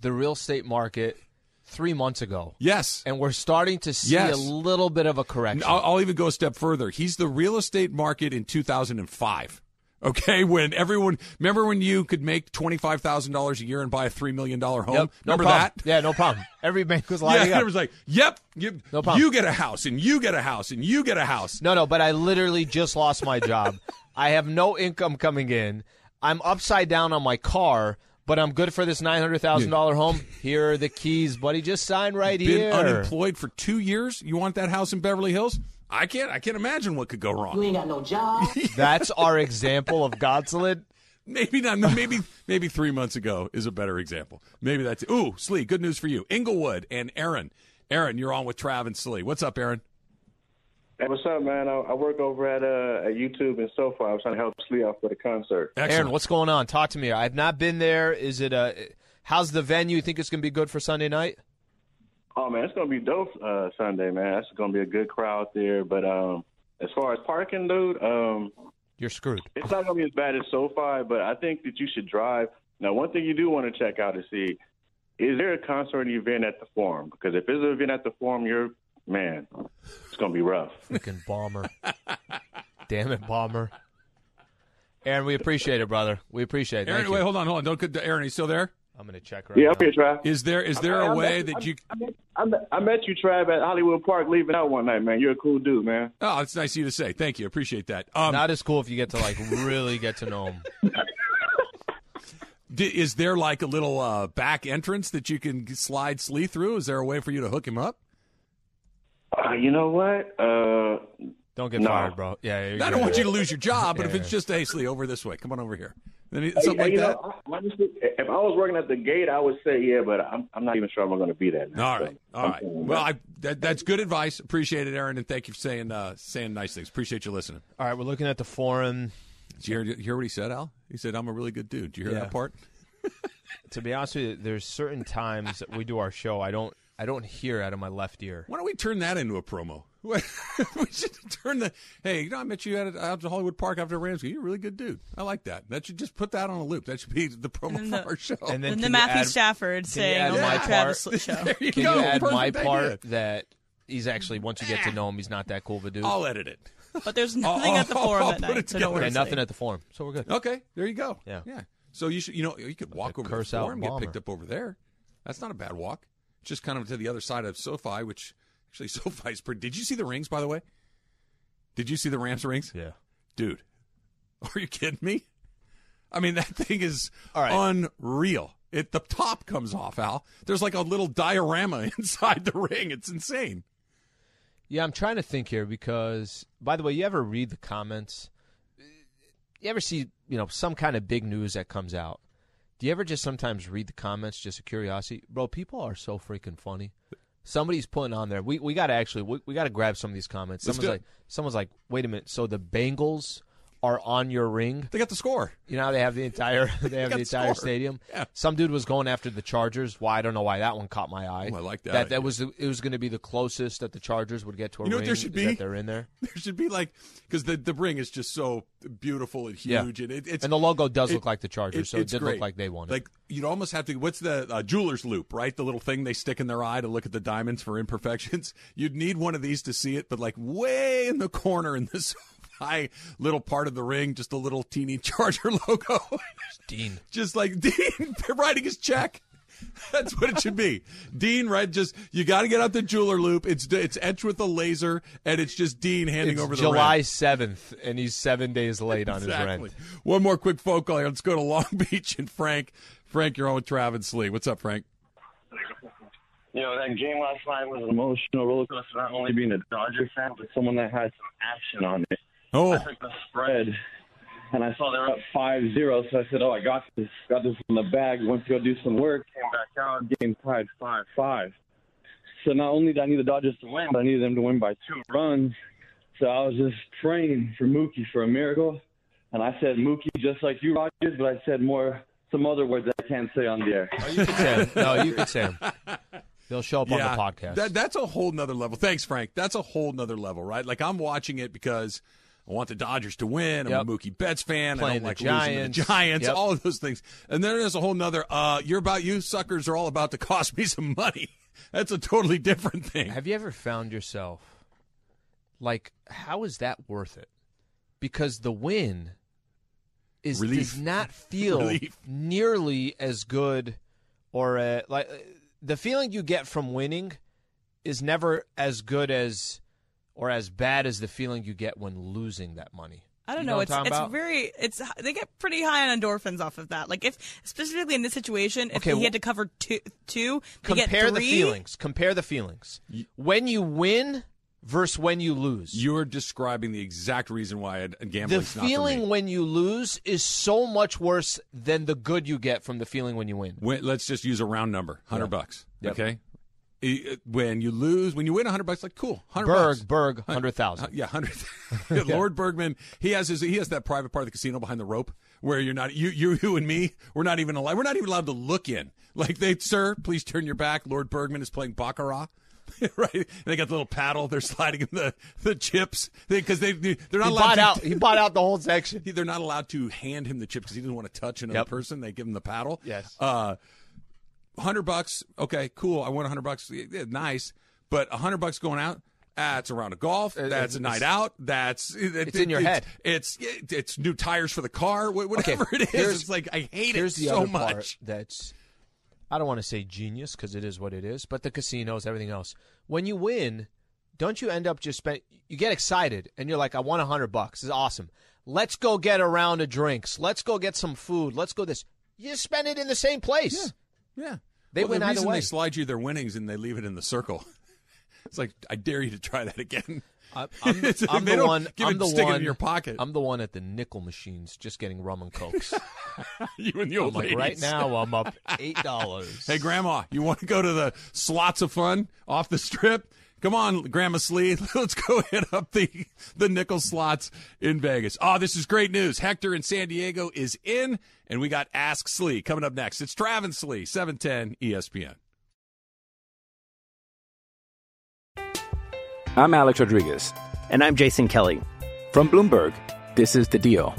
the real estate market three months ago.
Yes.
And we're starting to see
Yes. uh,
a little bit of a correction.
I'll, I'll even go a step further. He's the real estate market in 2005. Okay, when everyone remember when you could make twenty five thousand dollars a year and buy a three million dollar home?
Yep, no
remember
problem.
that?
Yeah, no problem. Every bank was lining
yeah,
up.
it was like, yep, you, you get a house and you get a house and you get a house.
No, no, but I literally just lost my job. I have no income coming in. I'm upside down on my car, but I'm good for this nine hundred thousand dollar home. Here are the keys, buddy. Just sign right
been
here.
unemployed for two years. You want that house in Beverly Hills? I can't. I can't imagine what could go wrong.
ain't got no job.
That's our example of Gonsolin.
Maybe not. Maybe maybe three months ago is a better example. Maybe that's it. Ooh, Slee, good news for you. Inglewood and Aaron. Aaron, you're on with Trav and Slee. What's up, Aaron?
Hey, what's up, man? I, I work over at uh, at YouTube and so far. I was trying to help Slee out for the concert.
Aaron, what's going on? Talk to me. I've not been there. Is it a? How's the venue? You think it's going to be good for Sunday night?
Oh man, it's gonna be dope uh, Sunday, man. It's gonna be a good crowd there. But um, as far as parking, dude, um,
you're screwed.
It's not gonna be as bad as SoFi, but I think that you should drive. Now, one thing you do want to check out to see is there a concert and event at the Forum? Because if there's an event at the Forum, you're man, it's gonna be rough.
Freaking bomber. Damn it, bomber. Aaron, we appreciate it, brother. We appreciate it.
Aaron,
Thank you.
wait, hold on, hold on. Don't get Aaron. Are you still there?
I'm gonna check
Yeah, up here, Trav.
Is there is there
I-
a
I
way
met-
that
I-
you?
I met, I met you, Trav, at Hollywood Park leaving out one night, man. You're a cool dude, man.
Oh, it's nice of you to say. Thank you. Appreciate that. Um,
Not as cool if you get to like really get to know him.
D- Is there like a little uh, back entrance that you can slide Slee through? Is there a way for you to hook him up?
Uh, you know what? Uh,
Don't get
no.
fired, bro. Yeah,
I don't want you to lose your job, but if it's just, hey, Slee, over this way, come on over here. Then it- something
Hey,
like
you
that.
know, I- honestly, if I was working at the gate, I would say yeah, but I'm, I'm not even sure I'm going to be that. Now,
All right, all right. Well, I, that, that's good advice. Appreciate it, Aaron, and thank you for saying uh, saying nice things. Appreciate you listening.
All right, we're looking at the forum.
Did you hear, did you hear what he said, Al? He said, "I'm a really good dude." Did you hear
Yeah.
that part?
To be honest with you, there's certain times that we do our show. I don't. I don't hear out of my left ear.
Why don't we turn that into a promo? we should turn the hey, you know, I met you at out to Hollywood Park after Rams. game. You're a really good dude. I like that. That should just put that on a loop. That should be the
And
promo for
then the-
our show.
And then then the can you Matthew add- Stafford can you saying add on my my part- Travis Sl- show.
There you
Can
go.
you add my
Perfect
part
idea.
that he's actually once you get to know him, he's not that cool of a dude.
I'll edit it.
But there's
I'll-
nothing at the
I'll-
forum
I'll
that
put
night,
it
so don't
together.
worry.
Yeah, nothing at the forum, so we're good.
Okay, there you go.
Yeah.
yeah. So you should, you know, you could walk over
curse
the
out
forum and get
bomber.
picked up over there. That's not a bad walk. Just kind of to the other side of SoFi, which actually SoFi is pretty. Did you see the rings, by the way? Did you see the Rams rings?
Yeah,
dude. Are you kidding me? I mean, that thing is
right.
unreal. It the top comes off, Al. There's like a little diorama inside the ring. It's insane.
Yeah, I'm trying to think here because, by the way, you ever read the comments? You ever see, you know, some kind of big news that comes out? Do you ever just sometimes read the comments just a curiosity? Bro, people are so freaking funny. Somebody's putting on there. We we got to actually we, we got to grab some of these comments.
Let's
Someone's
do
like
it.
someone's like, "Wait a minute, so the Bengals are on your ring?"
They got the score.
You know, how they have the entire they have
got
the entire
scored.
stadium. Some dude was going after the Chargers. Why I don't know why that one caught my eye.
Ooh, Oh, I like that
That
idea.
that was the- it was going to be the closest that the Chargers would get to a
You know what
ring.
there should
is
be?
That they're in there.
There should be like because the the ring is just so beautiful and
Yeah.
huge, and it, it's
And the logo does look like the Chargers, so it
it's
did look
great.
like they won it.
Like you'd almost have to. What's the uh, jeweler's loop? Right, the little thing they stick in their eye to look at the diamonds for imperfections. You'd need one of these to see it, but like way in the corner in this high little part of the ring, just a little teeny Charger logo.
Dean,
just like Dean writing his check. That's what it should be. Dean, right? Just you got to get out the jeweler loop. It's it's etched with a laser, and it's just Dean handing
It's
over the
July
ring.
seventh, and he's seven days late on his rent.
One more quick phone call. here. Let's go to Long Beach and Frank. Frank, you're on with Travis Lee. What's up, Frank?
You know, that game last night was an emotional roller coaster, not only being a Dodger fan, but someone that had some action on it.
Oh.
I took the spread, and I saw they were up 5 0, so I said, Oh, I got this. Got this in the bag. Went to go do some work, came back out, game tied 5 5. So not only did I need the Dodgers to win, but I needed them to win by two runs. So I was just praying for Mookie for a miracle. And I said Mookie just like you, Rogers, but I said more some other words that I can't say on the air.
no, Oh, you could say him. They'll show up
Yeah,
on the podcast.
That, that's a whole nother level. Thanks, Frank. That's a whole nother level, right? Like I'm watching it because I want the Dodgers to win. I'm
Yep.
a Mookie Betts fan. I
Playing
don't
the
like losing to
Giants.
the Giants.
Yep.
All of those things. And then there's a whole nother. Uh, you're about you suckers are all about to cost me some money. That's a totally different thing.
Have you ever found yourself like, how is that worth it? Because the win is
Relief.
does not feel
Relief.
nearly as good, or uh, like uh, the feeling you get from winning is never as good as or as bad as the feeling you get when losing that money.
I don't
You
know.
what I'm
it's
talking
it's
about?
very it's they get pretty high on endorphins off of that. Like if specifically in this situation, if
Okay,
he
well-
had to cover two two, they get
compare the
three.
feelings. Compare the feelings when you win versus when you lose.
You're describing the exact reason why I'd-
the
gambling's not for me.
feeling when you lose is so much worse than the good you get from the feeling when you win.
When, let's just use a round number, hundred
Yeah.
bucks.
Yep.
Okay. E- When you lose, when you win hundred bucks, like cool, hundred
Berg,
bucks.
Berg, hundred thousand.
Yeah, hundred. Lord Bergman, he has his, he has that private part of the casino behind the rope where you're not you you you and me. We're not even allowed. We're not even allowed to look in. Like they, sir, please turn your back. Lord Bergman is playing baccarat. right, and they got the little paddle. They're sliding in the the chips because they, they they're not
He
allowed
bought
to,
out- he bought out the whole section.
They're not allowed to hand him the chips because he doesn't want to touch another
Yep.
person. They give him the paddle.
Yes.
Uh, hundred bucks. Okay, cool. I won hundred bucks. Yeah, yeah, nice, but hundred bucks going out. That's a round of golf. That's a
it's-
night out. That's it- it-
It's in your head.
it's- It's it's, new tires for the car. wh- Whatever it is,
here's-
it's like I hate it
here's the
so
other
much.
part that's I don't want to say genius because it is what it is, but the casinos, everything else. When you win, don't you end up just spend? You get excited and you're like, I won a hundred bucks. This is awesome. Let's go get a round of drinks. Let's go get some food. Let's go this. You just spend it in the same place.
Yeah.
They
well,
win
the
either
reason
way.
They slide you their winnings and they leave it in the circle. It's like I dare you to try that again.
I, I'm,
It's like
I'm
they
the
don't
one.
give
I'm
it-
the
stick it in
one-
your pocket.
I'm the one at the nickel machines, just getting rum and cokes.
you and the
I'm
old
like,
ladies.
right now, I'm up eight dollars.
Hey, Grandma, you want to go to the slots of fun off the strip? Come on, Grandma Slee. Let's go hit up the, the nickel slots in Vegas. Oh, this is great news. Hector in San Diego is in, and we got Ask Slee coming up next. It's Travis Slee, E 710 ESPN.
I'm Alex Rodriguez.
And I'm Jason Kelly.
From Bloomberg, this is The Deal.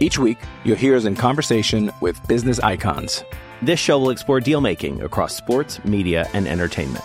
Each week, you'll hear us in conversation with business icons.
This show will explore deal making across sports, media, and entertainment.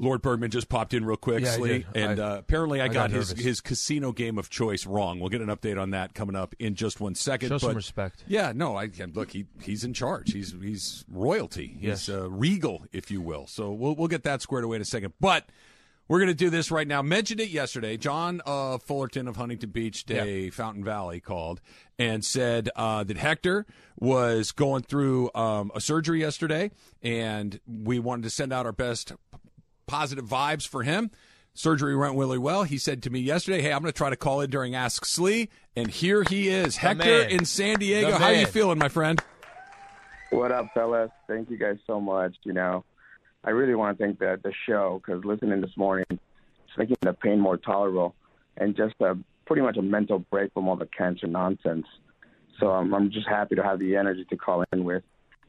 Lord Bergman just popped in real quick,
Yeah, I
Slee,
did.
and
I-
uh, apparently I,
I
got,
got
his
nervous.
his casino game of choice wrong. We'll get an update on that coming up in just one second.
Show some
but-
respect.
Yeah, no, I and look. He he's in charge. He's he's royalty.
Yes.
He's uh, regal, if you will. So we'll we'll get that squared away in a second. But we're going to do this right now. Mentioned it yesterday. John uh, Fullerton of Huntington Beach Day Fountain Valley called and said uh, that Hector was going through um, a surgery yesterday, and we wanted to send out our best positive vibes for him. Surgery went really well. He said to me yesterday, "Hey, I'm going to try to call in during Ask Slee," and here he is, Hector
man.
in San Diego.
The
How you
man.
feeling, my friend?
What up, fellas? Thank you guys so much. You know, I really want to thank the the show because listening this morning, it's making the pain more tolerable, and just a pretty much a mental break from all the cancer nonsense. So I'm I'm just happy to have the energy to call in with,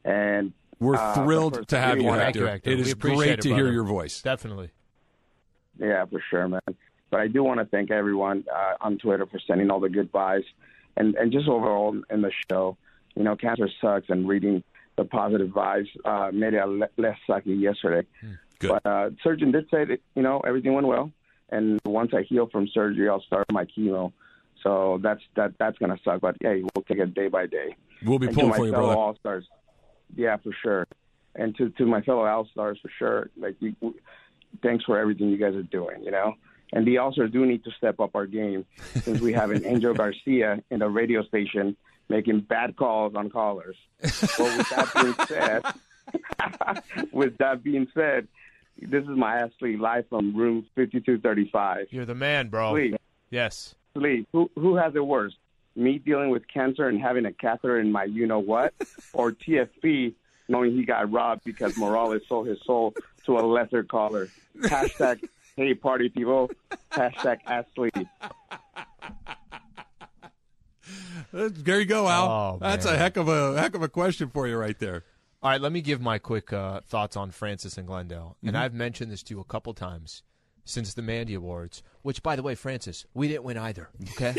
and
We're
uh, of
thrilled
course,
to have
really
you,
wanna-
Hector. It is great to hear your voice.
Definitely.
Yeah, for sure, man. But I do want to thank everyone uh, on Twitter for sending all the goodbyes and, and just overall in the show. You know, cancer sucks, and reading the positive vibes uh, made it le- less sucky yesterday. But uh, surgeon did say that, you know, everything went well. And once I heal from surgery, I'll start my chemo. So that's that that's going to suck. But hey, we'll take it day by day.
We'll be
And to
pulling
my
for you,
fellow
brother.
All Stars. Yeah, for sure. And to, to my fellow All Stars, for sure. Like, you,
thanks for everything you guys are doing, you know? And the All-Stars do need to step up our game since we have an Angel Garcia in the radio station making bad calls on callers. Well, with that being said, with that being said, this is my Ashley live from room 5235.
You're the man, bro.
Please.
Yes.
Lee, who who has it worse? Me dealing with cancer and having a catheter in my you know what, or TFP knowing he got robbed because Morales sold his soul to a lesser caller. Hashtag Hey Party People. Hashtag Ashley.
There you go, Al.
Oh,
That's
man.
a heck of a heck of a question for you right there.
All right, let me give my quick uh, thoughts on Francis and Glendale. And
Mm-hmm.
Mhm.
I've mentioned this to you a couple times since the Mandy Awards, which, by the way, Francis, we didn't win either. Okay,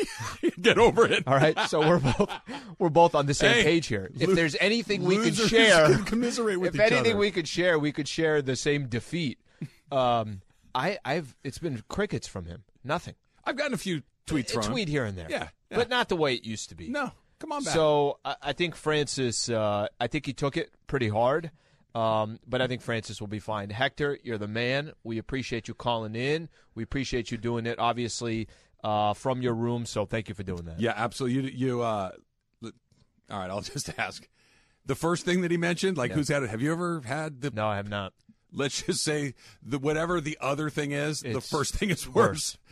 get over it.
All right, so we're both we're both on the same
Hey,
page here. If
lo-
there's anything we could
losers
share,
can commiserate
if
with each
anything
other.
we could share, we could share the same defeat. Um, I, I've it's been crickets from him. Nothing.
I've gotten a few tweets
a
from him.
tweet here and there.
Yeah, yeah.
but not the way it used to be.
No, come on back.
So I, I think Francis, uh, I think he took it pretty hard, um, but I think Francis will be fine. Hector, you're the man. We appreciate you calling in. We appreciate you doing it, obviously, uh, from your room. So thank you for doing that.
Yeah, absolutely. You, you uh, l- all right, I'll just ask. The first thing that he mentioned, like
Yeah.
who's had it? Have you ever had the?
No, I have not.
Let's just say the whatever the other thing is, the
It's
first thing is worse.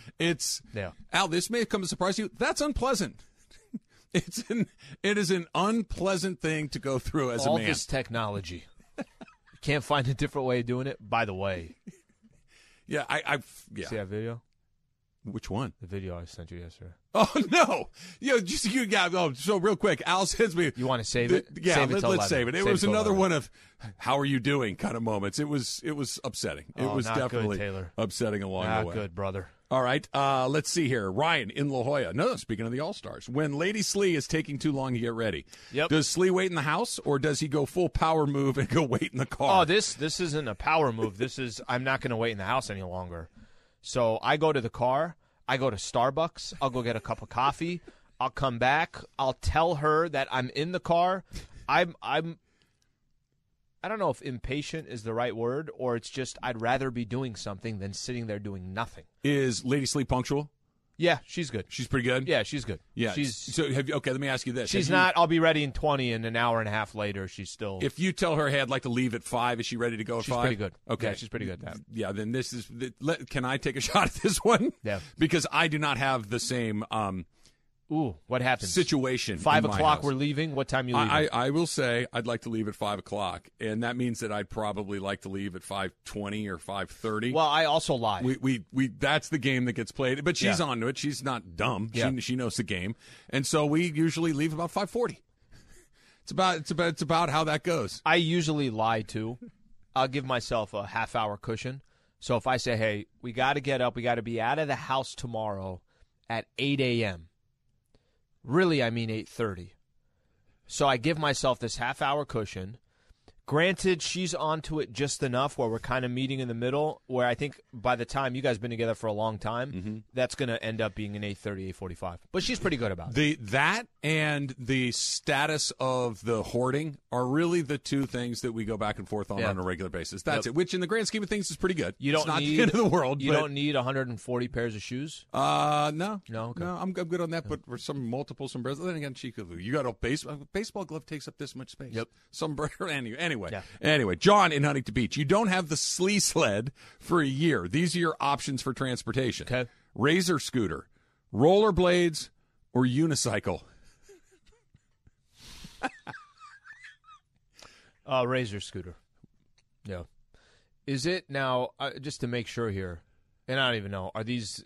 worse.
It's
Yeah.
Al. This may have come as a surprise to you. That's unpleasant. it's an it is an unpleasant thing to go through as
All
a man.
this technology. Can't find a different way of doing it. By the way,
yeah, I, I yeah.
see that video?
Which one?
The video I sent you yesterday.
Oh no! Yo, just you got. Oh, so real quick, Al sends me.
You want to save
th-
it?
yeah,
Save it
let,
till
us
11.
save it. It
Save
was
till
another
11.
one of "How are you doing?" kind of moments. It was it was upsetting. It
Oh,
was
not good,
definitely
Taylor.
upsetting along
Not
the way.
good, brother.
All right, uh, let's see here. Ryan in La Jolla. No, speaking of the All Stars, when Lady Slee is taking too long to get ready,
Yep.
does Slee wait in the house or does he go full power move and go wait in the car?
Oh, this this isn't a power move. This is I'm not going to wait in the house any longer. So I go to the car. I go to Starbucks. I'll go get a cup of coffee. I'll come back. I'll tell her that I'm in the car. I'm I'm. I don't know if impatient is the right word, or it's just I'd rather be doing something than sitting there doing nothing.
Is Lady Slee punctual?
Yeah, she's good.
She's pretty good.
Yeah, she's good.
Yeah.
she's
so have you, okay. Let me ask you this:
she's
Have you-
not. I'll be ready in twenty, and an hour and a half later, she's still.
If you tell her, "Hey, I'd like to leave at five, is she ready to go at
She's
five?
pretty good.
Okay,
Yeah, she's pretty good at that.
Yeah, then this is. th- Let, can I take a shot at this one?
Yeah.
because I do not have the same um,
Ooh, what happens?
situation.
Five
in my
o'clock.
house.
We're leaving. What time you leaving?
I, I, I will say I'd like to leave at five o'clock, and that means that I'd probably like to leave at five twenty or five thirty.
Well, I also lie.
we, we we that's the game that gets played, but she's
Yeah.
onto it. She's not dumb.
Yeah.
She she knows the game, and so we usually leave about five forty. It's about it's about it's about how that goes.
I usually lie too. I'll give myself a half hour cushion. So if I say, "Hey, we got to get up. We got to be out of the house tomorrow at 8 a.m." Really, I mean 8:30. So I give myself this half hour cushion. Granted, she's onto it just enough where we're kind of meeting in the middle. Where I think by the time you guys been together for a long time,
Mm-hmm.
that's going to end up being an 8:30, 8:45. But she's pretty good about it.
The that and the status of the hoarding are really the two things that we go back and forth on
Yeah.
on a regular basis. That's
Yep.
it. Which in the grand scheme of things is pretty good.
You don't
it's not
need
the end of the world.
You
but,
don't need 140 pairs of shoes.
Uh, no,
No, okay.
no, I'm, I'm good on that. But for some multiple sombreros, then again, Chicago, you got a base a baseball glove takes up this much space. Yep, sombrero. Anyway, anyway,
Yeah.
anyway. John in Huntington Beach, you don't have the slee sled for a year. These are your options for transportation:
Okay.
razor scooter, rollerblades, or unicycle.
Uh, Razor scooter. Yeah. Is it now? Uh, just to make sure here, and I don't even know. Are these?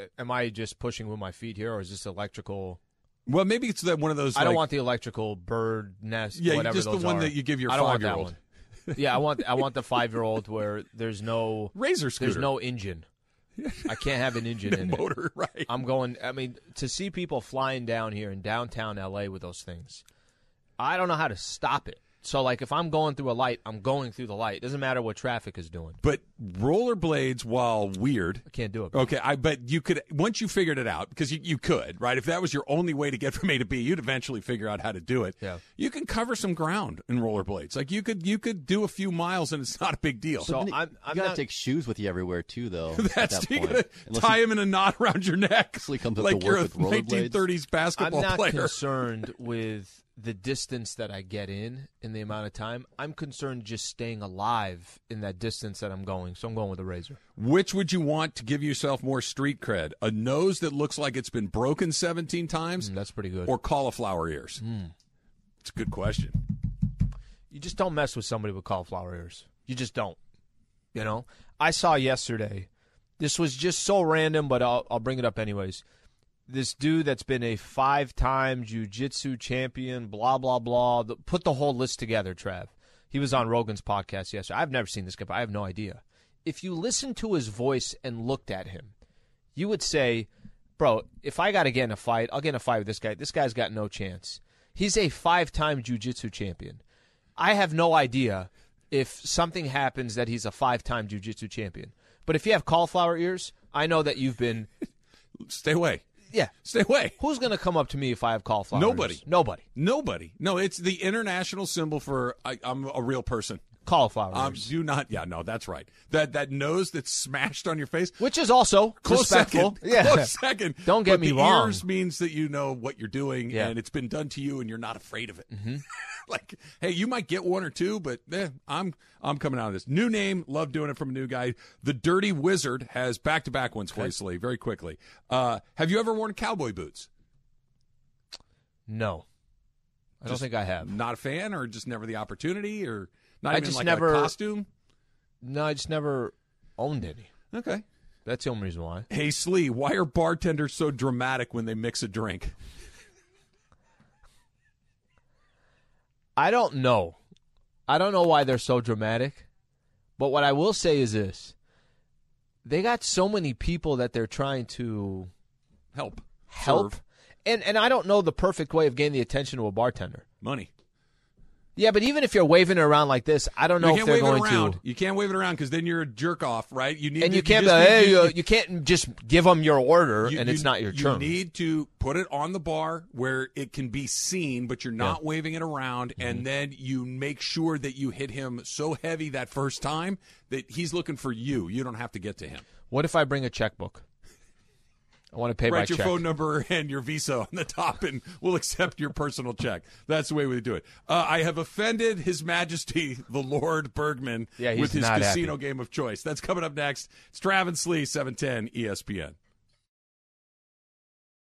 Uh, am I just pushing with my feet here, or is this electrical?
Well, maybe it's that one of those.
I don't
like-
want the electrical bird nest.
Yeah, you-
whatever
just the
those
one
are.
that you give your
I don't want that
five-year-old.
one. yeah, I want. I want the five year old where there's no
Razor
There's
scooter.
no engine. I can't have an engine in
motor,
it.
right.
I'm going. I mean, to see people flying down here in downtown LA with those things, I don't know how to stop it. So like if I'm going through a light, I'm going through the light. Doesn't matter what traffic is doing.
But rollerblades, while weird, I
can't do it.
Okay, I but you could once you figured it out because you, you could right. If that was your only way to get from A to B, you'd eventually figure out how to do it.
Yeah.
you can cover some ground in rollerblades. Like you could you could do a few miles and it's not a big deal.
Oh, So I'm, you gotta take shoes with you everywhere too, though. at
That's
that
you
point.
gotta
Unless
tie
you-
him in a knot around your neck.
Actually comes up
like
to
you're
work
a
with rollerblades.
1930s basketball
I'm not
player.
concerned with the distance that I get in and the amount of time. I'm concerned just staying alive in that distance that I'm going. So I'm going with a razor.
Which would you want to give yourself more street cred? A nose that looks like it's been broken 17 times?
Mm,
Mm,
that's pretty good.
Or cauliflower ears?
Hmm.
It's a good question.
You just don't mess with somebody with cauliflower ears. You just don't. You know, I saw yesterday. This was just so random, but I'll I'll bring it up anyways. This dude that's been a five-time jiu-jitsu champion, blah blah blah. The, put the whole list together, Trav. He was on Rogan's podcast yesterday. I've never seen this guy. But I have no idea. If you listened to his voice and looked at him, you would say, "Bro, if I got to get in a fight, I'll get in a fight with this guy. This guy's got no chance. He's a five-time jiu-jitsu champion." I have no idea if something happens that he's a five-time jiu-jitsu champion. But if you have cauliflower ears, I know that you've been.
Stay away.
Yeah,
stay away.
Who's going to come up to me if I have cauliflower?
Nobody.
ears? nobody,
nobody. No, it's the international symbol for I, I'm a real person.
Cauliflower.
Um, do not. Yeah, no, that's right. That that nose that's smashed on your face,
which is also
close
respectful.
second.
Yeah.
close second.
Don't get
But
me
the
wrong.
Ears means that you know what you're doing,
Yeah. Mm-hmm.
and it's been done to you, and you're not afraid of it. like, hey, you might get one or two, but eh, I'm I'm coming out of this. New name, love doing it from a new guy. The Dirty Wizard has back to back ones for you, Slee, very quickly. Uh, have you ever worn cowboy boots?
No, I don't
Just
think I have.
Not a fan, or just never the opportunity, or not
I
even
just
like
never
a costume.
No, I just never owned any.
Okay,
that's the only reason why.
Hey, Slee, why are bartenders so dramatic when they mix a drink?
I don't know. I don't know why they're so dramatic. But what I will say is this they got so many people that they're trying to
help.
Help.
Serve.
And and I don't know the perfect way of getting the attention of a bartender.
Money.
Yeah, but even if you're waving it around like this, I don't know
you
if
can't
they're
wave
going
it around.
to.
You can't wave it around because then you're a jerk off, right? You need
And
to-
you can't. be
just
like,
need-
hey,
you-
you, you can't just give them your order
you-
and it's
you-
not your turn.
You need to put it on the bar where it can be seen, but you're not waving it around,
Mm-hmm.
and then you make sure that you hit him so heavy that first time that he's looking for you. You don't have to get to him.
what if I bring a checkbook? I want to pay by
Write your
check.
phone number and your Visa on the top, and we'll accept your personal check. That's the way we do it. Uh, I have offended His Majesty the Lord Bergman
Yeah, he's
with his
not happy.
E casino game of choice. That's coming up next. It's Travis Lee, 710 ESPN.